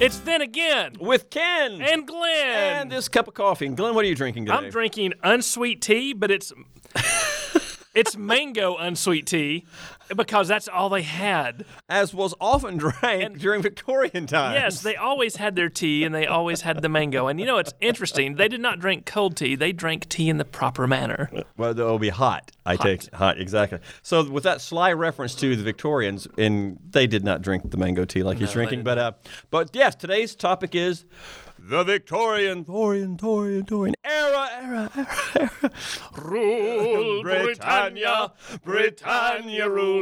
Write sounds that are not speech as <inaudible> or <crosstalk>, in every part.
It's then again with Ken and Glenn. and this cup of coffee. And Glenn, what are you drinking today? I'm drinking unsweet tea, <laughs> but it's it's mango unsweet tea because that's all they had. As was often <laughs> drank during Victorian times. Yes, they always had their tea and they always had the mango. And you know it's interesting. They did not drink cold tea. They drank tea in the proper manner. Well, it'll be hot. I take hot exactly. So with that sly reference to the Victorians, and they did not drink the mango tea like he's drinking, but uh, but yes, today's topic is the Victorian, Victorian, Victorian, Victorian era, era, era, era. <laughs> Rule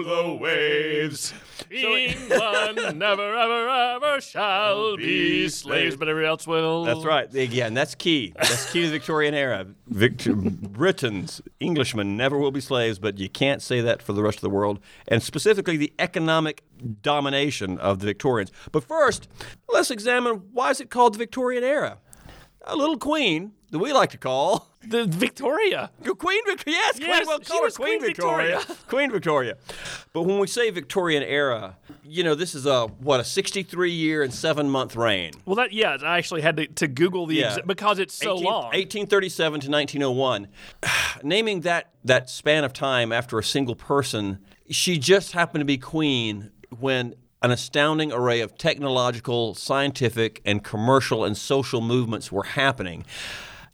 the waves. <laughs> England never, ever, ever shall be slaves, but everyone else will. That's right. Again, that's key. That's key to the Victorian era. Victor- Britons, Englishmen never will be slaves, but you can't say that for the rest of the world, and specifically the economic domination of the Victorians. But first, let's examine why is it called the Victorian era? A little queen that we like to call <laughs> The Victoria. your Queen Victoria. Yes, Yes, Queen, well, she call her was Queen, Queen Victoria. <laughs> Queen Victoria. But when we say Victorian era, you know, this is a what a 63 year and 7 month reign. Well, that yeah, I actually had to, to Google the Yeah. exa- because it's so 18- long. 1837 to 1901. <sighs> Naming that that span of time after a single person, she just happened to be queen when an astounding array of technological, scientific, and commercial and social movements were happening.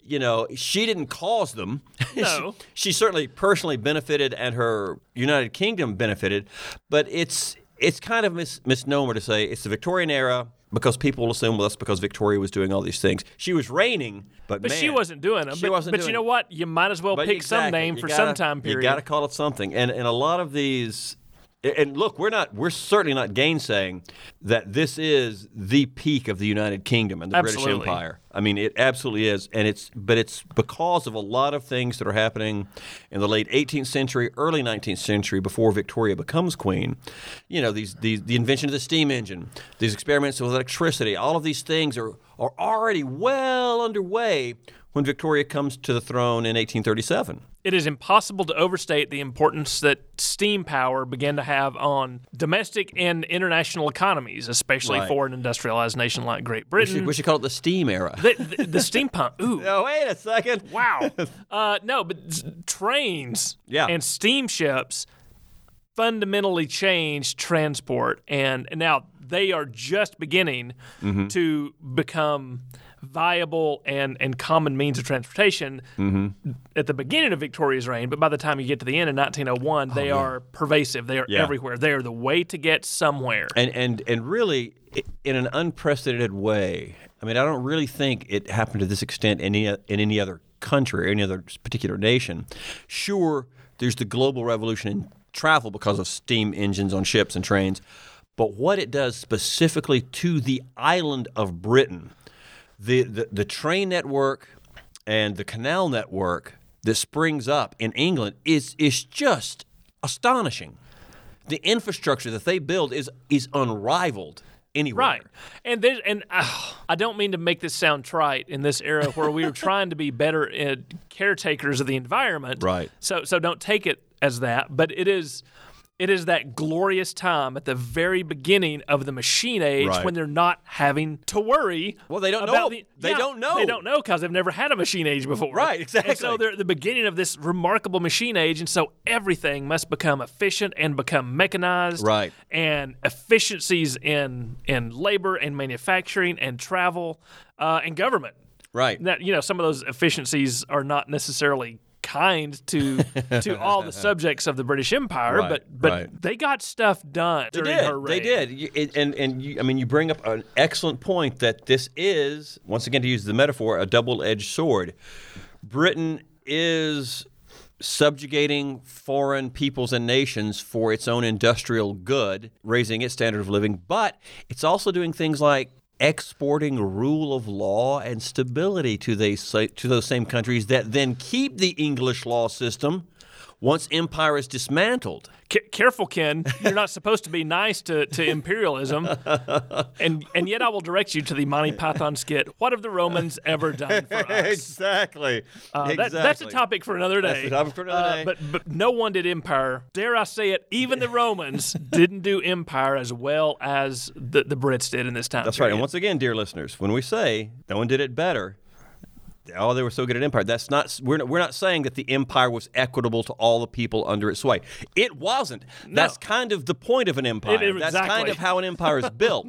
You know, she didn't cause them. <laughs> No. she, she certainly personally benefited, and her United Kingdom benefited. But it's it's kind of mis- misnomer to say it's the Victorian era because people will assume well that's because Victoria was doing all these things. She was reigning, but But she man, wasn't doing them. She but wasn't but doing you know what? You might as well but pick some exactly, name you for gotta- some time period. You got to call it something. And and a lot of these, and look, we're not we're certainly not gainsaying that this is the peak of the United Kingdom and the British Absolutely. Empire. I mean, it absolutely is, and it's but it's because of a lot of things that are happening in the late 18th century, early 19th century, before Victoria becomes queen. You know, these, these the invention of the steam engine, these experiments with electricity, all of these things are are already well underway when Victoria comes to the throne in 1837. it is impossible to overstate the importance that steam power began to have on domestic and international economies, especially Right. for an industrialized nation like Great We should, Britain. we should call it the steam era. the, the, the steam pump. Ooh. oh, wait a second. <laughs> Wow. Uh, no, but s- trains Yeah. and steamships fundamentally changed transport. And now they are just beginning Mm-hmm. to become viable and, and common means of transportation Mm-hmm. at the beginning of Victoria's reign. But by the time you get to the end in 1901, they are pervasive. They are Oh, Yeah. everywhere. They are the way to get somewhere. And, and, and really, i- in an unprecedented way, I mean, I don't really think it happened to this extent in any, in any other country or any other particular nation. Sure, there's the global revolution in travel because of steam engines on ships and trains, but what it does specifically to the island of Britain, the, the, the train network, and the canal network that springs up in England is is just astonishing. The infrastructure that they build is is unrivaled anywhere. Right. And there's and ah, I don't mean to make this sound trite in this era <laughs> where we are trying to be better uh, caretakers of the environment. Right. So so don't take it as that, but it is it is that glorious time at the very beginning of the machine age Right. when they're not having to worry. Well, they don't about know. The, They Yeah, don't know. They don't know because they've never had a machine age before. Right, exactly. And so they're at the beginning of this remarkable machine age, and so everything must become efficient and become mechanized Right. and efficiencies in in labor and manufacturing and travel uh, and government. Right. That you know some of those efficiencies are not necessarily kind to to <laughs> all the subjects of the British Empire, Right, but but right. they got stuff done They during did. her reign. They did. You- it- and and you, I mean, you bring up an excellent point that this is once again to use the metaphor a double-edged sword. Britain is subjugating foreign peoples and nations for its own industrial good, raising its standard of living, but it's also doing things like exporting rule of law and stability to these to those same countries that then keep the English law system once empire is dismantled C- careful, Ken. You're not supposed to be nice to, <laughs> to imperialism, and and yet I will direct you to the Monty Python skit. What have the Romans <laughs> ever done <laughs> for us? exactly. Uh, that- exactly. that's a topic for another That's day. a topic for another Uh, day. But but no one did Empire. Dare I say it? Even <laughs> the Romans didn't do Empire as well as the, the Brits did in this time. That's right. And period. once again, dear listeners, when we say no one did it better, oh, they were so good at empire. That's not we're not, we're not saying that the empire was equitable to all the people under its sway. It wasn't. That's kind of the point of an empire. It- it- That's kind exactly. of how an empire is <laughs> built.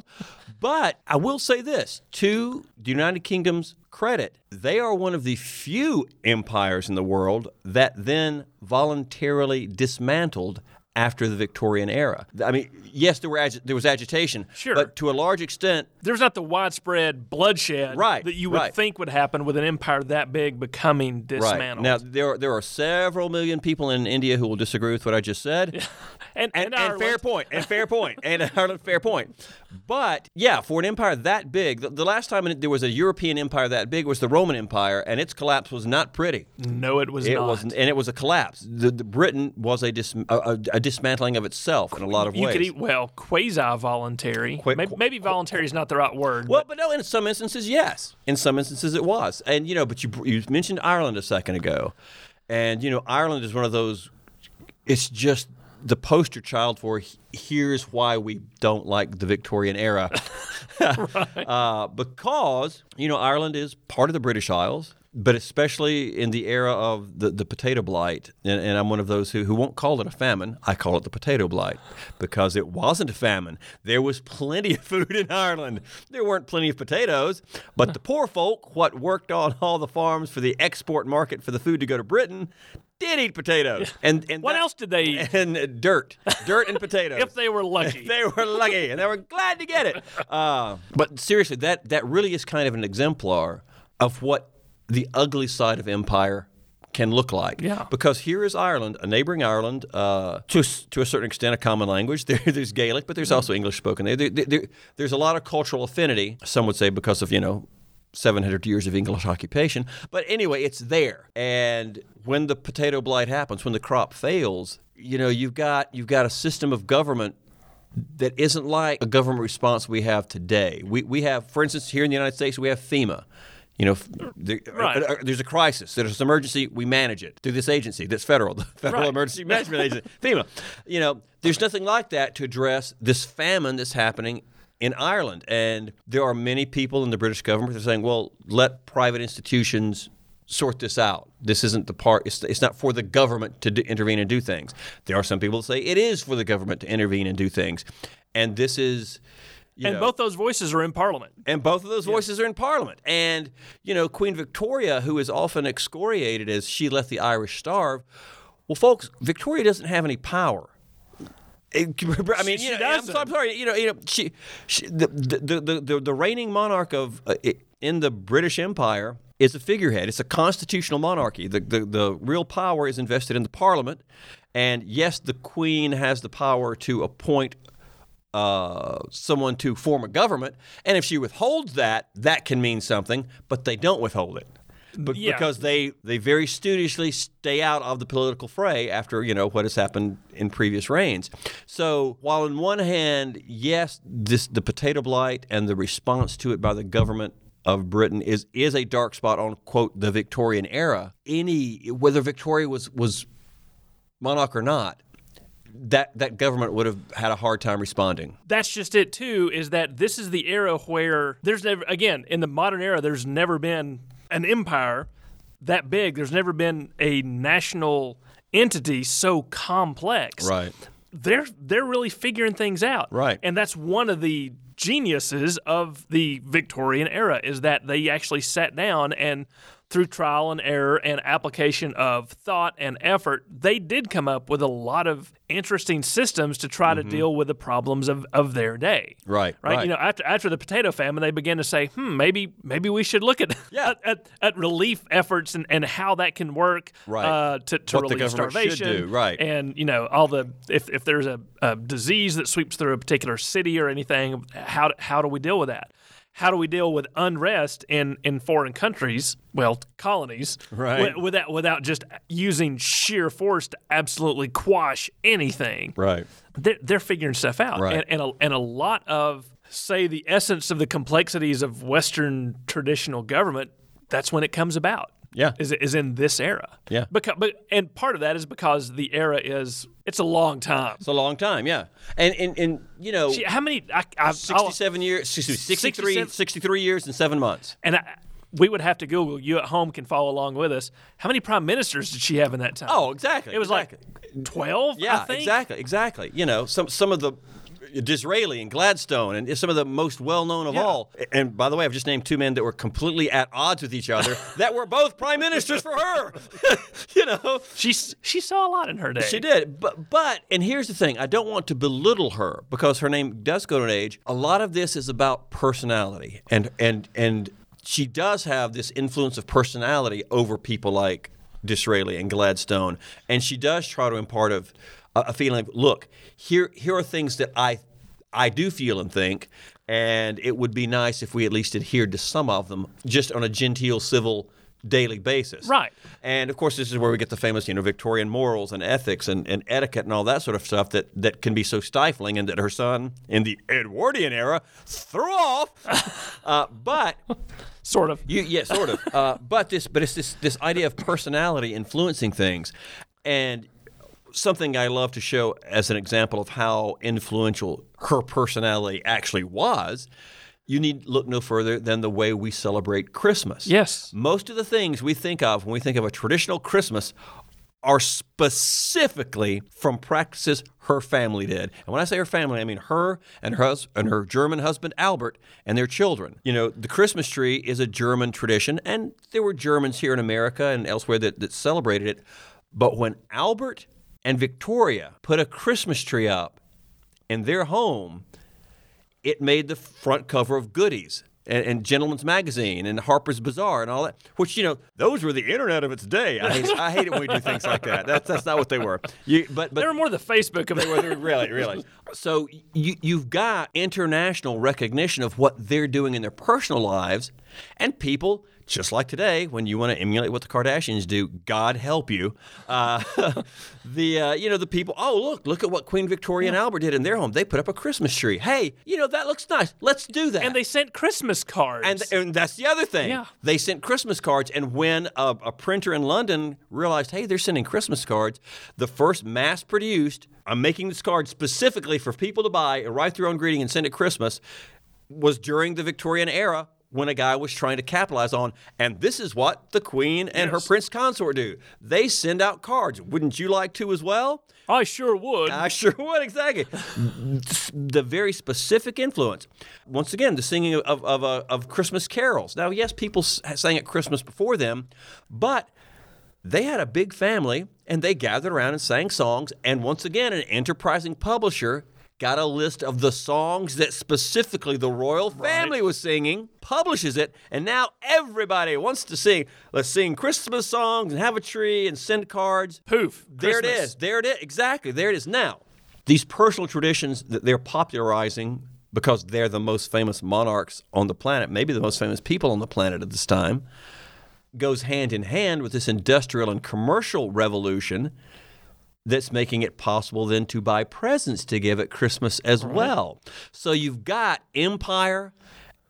but I will say this to the United Kingdom's credit, they are one of the few empires in the world that then voluntarily dismantled after the Victorian era. I mean, yes, there were agi- there was agitation, Sure. but to a large extent, there's not the widespread bloodshed Right, that you would right. think would happen with an empire that big becoming dismantled. Now there are, there are several million people in India who will disagree with what I just <laughs> said. and, And, and and, fair Ireland- point, and <laughs> fair point, and <laughs> Ireland, fair point. But yeah, for an empire that big, the, the last time there was a European empire that big was the Roman Empire, and its collapse was not pretty. No, it was It not. was, and it was a collapse. The, the Britain was a, dis, a, a, a dismantling of itself in a lot of You ways. could eat well, quasi-voluntary. Qui- maybe, qu- maybe voluntary is not the right word. Well, but no, in some instances, yes. In some instances, it was. And, you know, but you, you mentioned Ireland a second ago. And, you know, Ireland is one of those, it's just the poster child for "H- here's why we don't like the Victorian era. <laughs> uh, because, you know, Ireland is part of the British Isles. But especially in the era of the, the potato blight, and, and I'm one of those who, who won't call it a famine, I call it the potato blight because it wasn't a famine. There was plenty of food in Ireland. There weren't plenty of potatoes, but the poor folk, what worked on all the farms for the export market for the food to go to Britain, did eat potatoes. And, and What that- else did they <laughs> eat? And dirt, dirt and potatoes. <laughs> if they were lucky. <laughs> They were lucky, and they were glad to get it. Uh, but seriously, that that really is kind of an exemplar of what the ugly side of empire can look like. Yeah. Because here is Ireland, a neighboring Ireland, uh, to s- Mm. to a certain extent, a common language. <laughs> There, there's Gaelic, but there's also English spoken there. There, there- there- There's a lot of cultural affinity. Some would say because of you know. 700 years of English occupation. But anyway, it's there. And when the potato blight happens, when the crop fails, you know, you've got you've got a system of government that isn't like a government response we have today. We, we have, for instance, here in the United States, we have FEMA. You know, f- there, Right. uh, uh, there's a crisis, there's an emergency, we manage it through this agency that's federal, the <laughs> Federal Right. Emergency Management Agency, FEMA. You know, there's nothing like that to address this famine that's happening in Ireland. And there are many people in the British government that are saying, well, let private institutions sort this out. This isn't the part, it's, it's not for the government to do, intervene and do things. There are some people that say it is for the government to intervene and do things. And this is. You and know, both those voices are in Parliament. and both of those voices are in Parliament. And, you know, Queen Victoria, who is often excoriated as she let the Irish starve, well, folks, Victoria doesn't have any power. <laughs> It- I mean, She- you she know, I'm, so- doesn't. I'm sorry, you know, you know, she, she the, the, the, the, the reigning monarch of uh, i- in the British Empire is a figurehead. It's a constitutional monarchy. The, the the real power is invested in the Parliament, and yes, the Queen has the power to appoint uh, someone to form a government, and if she withholds that, that can mean something. But they don't withhold it. Be- Yeah. Because they, they very studiously stay out of the political fray after you know what has happened in previous reigns. So while on one hand, yes, this the potato blight and the response to it by the government of Britain is is a dark spot on quote the Victorian era. Any whether Victoria was was monarch or not, that that government would have had a hard time responding. that's just it too is that this is the era where there's never again in the modern era there's never been an empire that big there's never been a national entity so complex Right. they're they're really figuring things out Right. and that's one of the geniuses of the victorian era is that they actually sat down and through trial and error and application of thought and effort they did come up with a lot of interesting systems to try to deal with the problems of, of their day Mm-hmm. Right, right right. you know after after the potato famine they began to say hmm maybe maybe we should look at Yeah. at, at, at relief efforts and, and how that can work Right. uh, to, to What the relieve government should starvation do, right. and you know all the if, if there's a, a disease that sweeps through a particular city or anything how how do we deal with that how do we deal with unrest in, in foreign countries, well, colonies, Right. wi- without without just using sheer force to absolutely quash anything. Right. They're, they're figuring stuff out, Right. and and a, and a lot of say the essence of the complexities of Western traditional government. That's when it comes about. Yeah. is is in this era. Yeah. because but and part of that is because the era is it's a long time. It's a long time, yeah. And and, and you know, Gee, How many? I, I, I'll- 67 years, 63, 67 63 years and seven months. and I, we would have to Google. You at home can follow along with us. How many prime ministers did she have in that time? Oh, exactly. it was like twelve. yeah, I think. exactly, exactly. You know, some some of the Disraeli and Gladstone and some of the most well known of Yeah. all. And by the way, I've just named two men that were completely at odds with each other that were both prime ministers for her. <laughs> you know, She s- she saw a lot in her day. She did, but but and here's the thing: I don't want to belittle her because her name does go to an age. A lot of this is about personality, and and and she does have this influence of personality over people like Disraeli and Gladstone, and she does try to impart of a, a feeling. Of, Look, here here are things that I I do feel and think. And it would be nice if we at least adhered to some of them just on a genteel, civil, daily basis. Right. And of course, this is where we get the famous, you know, Victorian morals and ethics and, and etiquette and all that sort of stuff that, that can be so stifling, and that her son in the Edwardian era threw <laughs> off. uh, but Sort of. you, yeah, sort of. Uh, but this, but it's this this idea of personality influencing things, and something I love to show as an example of how influential her personality actually was. You need look no further than the way we celebrate Christmas. Yes. most of the things we think of when we think of a traditional Christmas are specifically from practices her family did. And when I say her family, I mean her and her hus- and her German husband Albert and their children. You know, the Christmas tree is a German tradition, and there were Germans here in America and elsewhere that, that celebrated it. But when Albert and Victoria put a Christmas tree up in their home, it made the front cover of Goodies and, and Gentleman's Magazine and Harper's Bazaar and all that. Which you know, those were the internet of its day. I hate, I hate it when we do things like that. That's that's not what they were. You, but They but were more the Facebook of they were really really. So you you've got international recognition of what they're doing in their personal lives, and people. Just like today, when you want to emulate what the Kardashians do, God help you. Uh, <laughs> the uh, you know the people. Oh look, look at what Queen Victoria and Albert did in their home. They put up a Christmas tree. Hey, you know that looks nice. Let's do that. and they sent Christmas cards. And, and that's the other thing. Yeah. They sent Christmas cards. And when a, a printer in London realized, hey, they're sending Christmas cards, the first mass produced, I'm making this card specifically for people to buy and write their own greeting and send at Christmas, was during the Victorian era when a guy was trying to capitalize on. And this is what the Queen and her Prince Consort do they send out cards. Wouldn't you like to as well? I sure would. <laughs> I sure would, exactly. the very specific influence. Once again, the singing of, of, of, uh, of Christmas carols. Now, yes, people s- sang at Christmas before them, but they had a big family and they gathered around and sang songs. And once again, an enterprising publisher got a list of the songs that specifically the royal family was singing, publishes it, and now everybody wants to sing. Let's sing Christmas songs and have a tree and send cards. Poof. There it Christmas. is. There it is. Exactly. There it is. Now, these personal traditions that they're popularizing because they're the most famous monarchs on the planet, maybe the most famous people on the planet at this time, goes hand in hand with this industrial and commercial revolution that's making it possible then to buy presents to give at Christmas as well. So you've got empire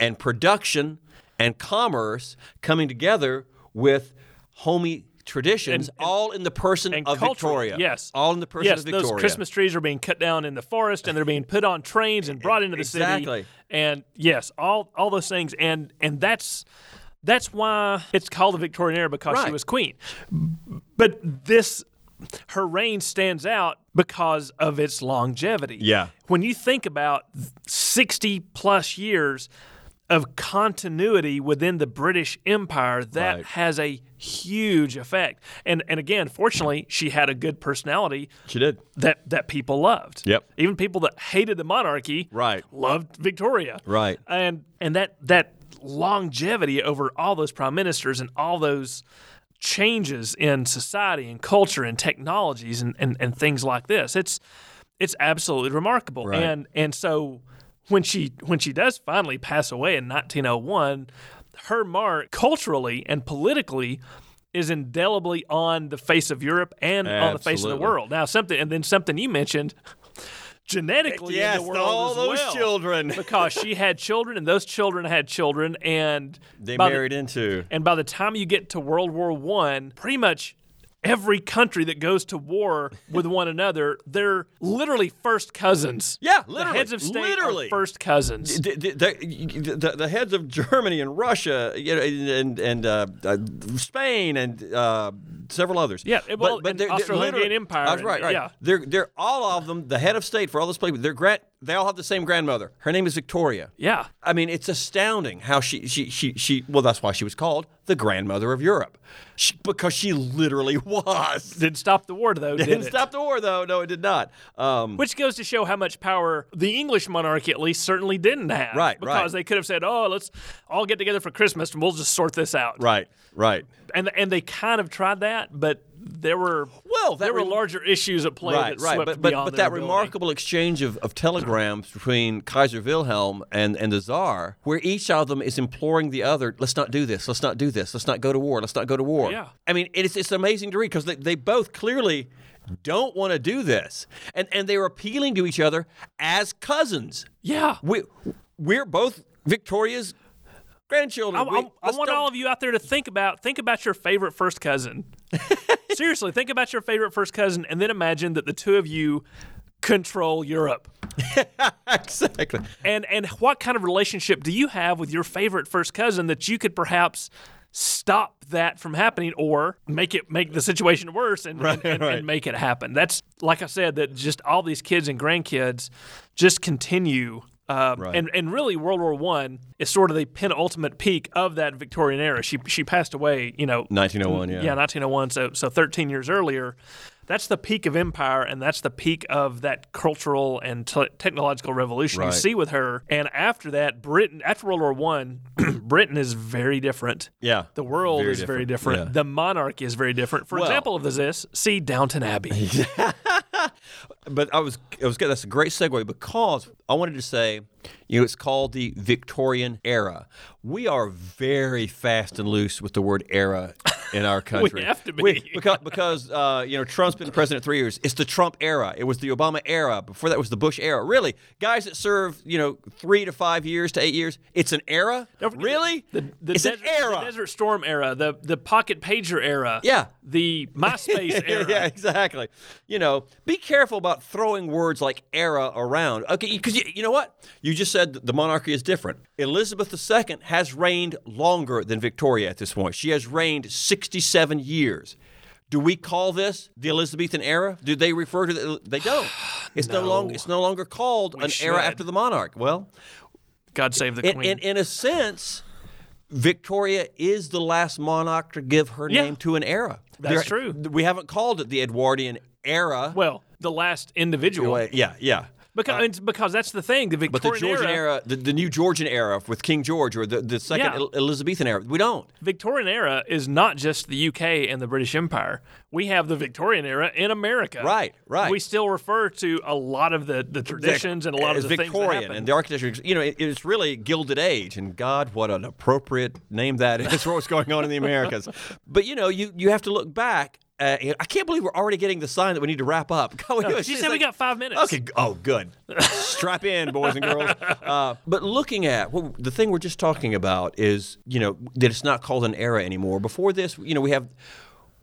and production and commerce coming together with homey traditions, all in the person And of culture, Victoria. Yes. All in the person yes, of Victoria. Those Christmas trees are being cut down in the forest and they're being put on trains and brought into the Exactly. city. And yes, all all those things and and that's that's why it's called the Victorian era because she Right. was queen. But this her reign stands out because of its longevity. Yeah. When you think about 60 plus years of continuity within the British Empire, that Right. has a huge effect. And and again, fortunately, she had a good personality She did. that that people loved. Yep. Even people that hated the monarchy Right. loved Victoria. Right. And and that that longevity over all those prime ministers and all those changes in society and culture and technologies and, and, and things like this. It's it's absolutely remarkable. Right. And and so when she when she does finally pass away in 1901, her mark culturally and politically is indelibly on the face of Europe and on the face of the Absolutely. world. Now something and then something you mentioned genetically Yes, in the world all as those well. children. because she had children and those children had children and They by the- married into. and by the time you get to World War One, pretty much every country that goes to war with one another, they're literally first cousins. Yeah, The literally. heads of state are literally. first cousins. the, the, the, the- the heads of Germany and Russia, you know, and and uh, uh, Spain and uh, several others. Yeah, well, and Austro-Hungarian literally- Empire That's and- right, right. yeah. They're they're all of them. The head of state for all those people. They're grand. They all have the same grandmother. Her name is Victoria. Yeah. I mean, it's astounding how she she she she. Well, that's why she was called the grandmother of Europe, she, because she literally <laughs> was. Didn't stop the war though, did Didn't it? stop the war though. No, it did not. Um, Which goes to show how much power the English monarchy, at least, certainly didn't have. Right, Because right. they could have said, "Oh, let's all get together for Christmas and we'll just sort this out." right, right. And and they kind of tried that, but there were Well, that there were re- larger issues at play that swept But but, beyond but that their ability. remarkable exchange of, of telegrams between Kaiser Wilhelm and, and the Tsar, where each of them is imploring the other, let's not do this, let's not do this, let's not go to war, let's not go to war. Yeah. I mean, it's it's amazing to read because they, they both clearly don't want to do this, and and they're appealing to each other as cousins. Yeah. We we're both Victoria's grandchildren. I, We- I- I let's want don't- all of you out there to think about think about your favorite <laughs> first cousin. Seriously, think about your favorite first cousin, and then imagine that the two of you control Europe. <laughs> exactly. And and what kind of relationship do you have with your favorite first cousin that you could perhaps stop that from happening or make it make the situation worse and, and- and- right. and make it happen? That's like I said, that just all these kids and grandkids just continue. Um, and, and really, World War One is sort of the penultimate peak of that Victorian era. She she passed away, you know, 1901. yeah, 1901. So, so 13 years earlier, that's the peak of empire, and that's the peak of that cultural and te- technological revolution you Right. see with her. And after that, Britain, after World War One, <clears throat> Britain is very different. Yeah. the world Very is very different, different. yeah. The monarchy is very different. For Well- example of this, see <laughs> Downton Abbey. But I was, I was good. That's a great segue because I wanted to say, you know, it's called the Victorian era. We are very fast and loose with the word era in <laughs> our country. have to be. because, because uh, you know, Trump's been president three years. It's the Trump era. It was the Obama era. Before that was the Bush era. Really, guys that serve, you know, three to five years to eight years, it's an era. Really, The, the it's desert, an era. the Desert Storm era, the the pocket pager era, Yeah. the MySpace era. <laughs> yeah, exactly. You know, be careful about throwing words like era around. Okay, because you, you know what? You just said that the monarchy is different. Elizabeth II has reigned longer than Victoria at this point. She has reigned 67 years. Do we call this the Elizabethan era? Do they refer to the, they <sighs> don't. It's no, longer it's no longer called an should. era after the monarch. Well, God save the in, Queen. in, in a sense, Victoria is the last monarch to give her Yeah. name to an era. That's true. We haven't called it the Edwardian era. well, the last individual. Well, yeah, yeah. Because, it's because that's the thing. The Uh, But the Victorian Georgian era, the, the new Georgian era with King George or the, the second Yeah. El- Elizabethan era, we don't. Victorian era is not just the UK and the British Empire. We have the Victorian era in America. Right, right. We still refer to a lot of the, the traditions and a lot It's of the Victorian things that and happened. the architecture, you know, it, it's really Gilded Age. And God, what an appropriate name that is for what's going on in the <laughs> Americas. But, you know, you, you have to look back. Uh, I can't believe we're already getting the sign that we need to wrap up. <laughs> God, it's she just said we like- got five minutes. Okay. g- Oh, good. Strap in, boys and girls. Uh, but looking at well, the thing we're just talking about is, you know, that it's not called an era anymore. Before this, you know, we have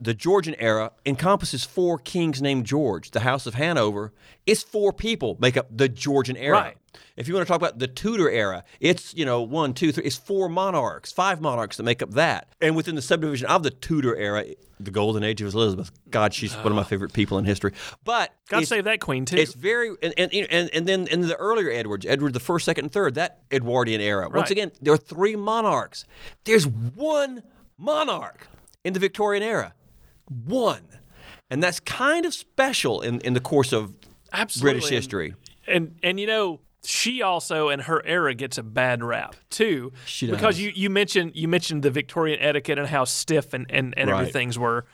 the Georgian era encompasses four kings named George. The House of Hanover is four people make up the Georgian era. Right. If you want to talk about the Tudor era, it's you know one, two, three. It's four monarchs, five monarchs that make up that. And within the subdivision of the Tudor era, the Golden Age of Elizabeth. God, she's one of my favorite people in history. But God it's- save that queen too. it's very and and, you know, and and then in the earlier Edwards, Edward the first, second, and third, that Edwardian era. Right. Once again, there are three monarchs. There's one monarch in the Victorian era, one, and that's kind of special in in the course of Absolutely. British history. And and you know, she also and her era gets a bad rap too. She Because does. you, you mentioned you mentioned the Victorian etiquette and how stiff and, and, and Right. everything's were.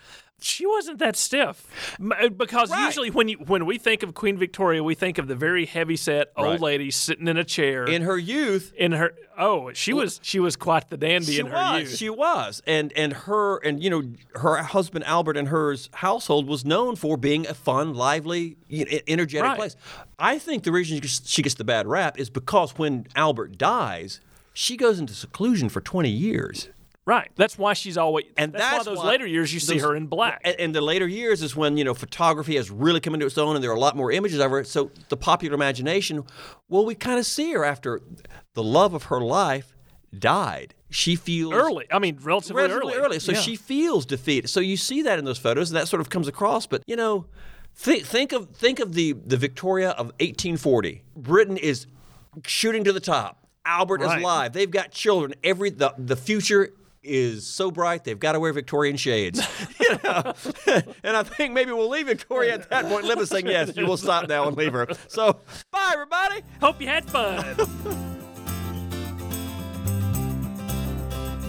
she wasn't that stiff M- uh, because Right. usually when you when we think of Queen Victoria, we think of the very heavy set old Right. lady sitting in a chair. In her youth, in her oh, she was she was quite the dandy she in her was, youth. she was, and and her and you know her husband Albert and hers household was known for being a fun, lively, you know, e- energetic Right. place. I think the reason she gets- she gets the bad rap is because when Albert dies, she goes into seclusion for twenty years. right. That's why she's always And that's, that's why those why later years you see those- her in black. And, and the later years is when you know photography has really come into its own, and there are a lot more images of her. So the popular imagination, well, we kind of see her after the love of her life died. She feels early. I mean relatively, relatively early. So Yeah. she feels defeat. So you see that in those photos, and that sort of comes across. But you know, thi- think of think of the the Victoria of 1840. Britain is shooting to the top. Albert Right. is alive. They've got children. Every the the future. Is so bright they've got to wear Victorian shades, <laughs> you know? and I think maybe we'll leave Victoria at that point. Libba's saying yes, you will stop now and leave her. So bye, everybody. Hope you <laughs> had fun.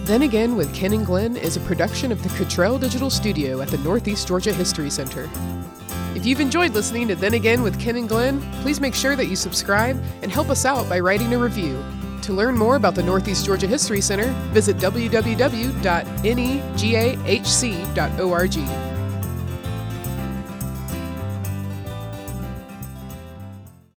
Then Again with Ken and Glenn is a production of the Cottrell Digital Studio at the Northeast Georgia History Center. If you've enjoyed listening to Then Again with Ken and Glenn, please make sure that you subscribe and help us out by writing a review. To learn more about the Northeast Georgia E History Center, visit www.negahc.org.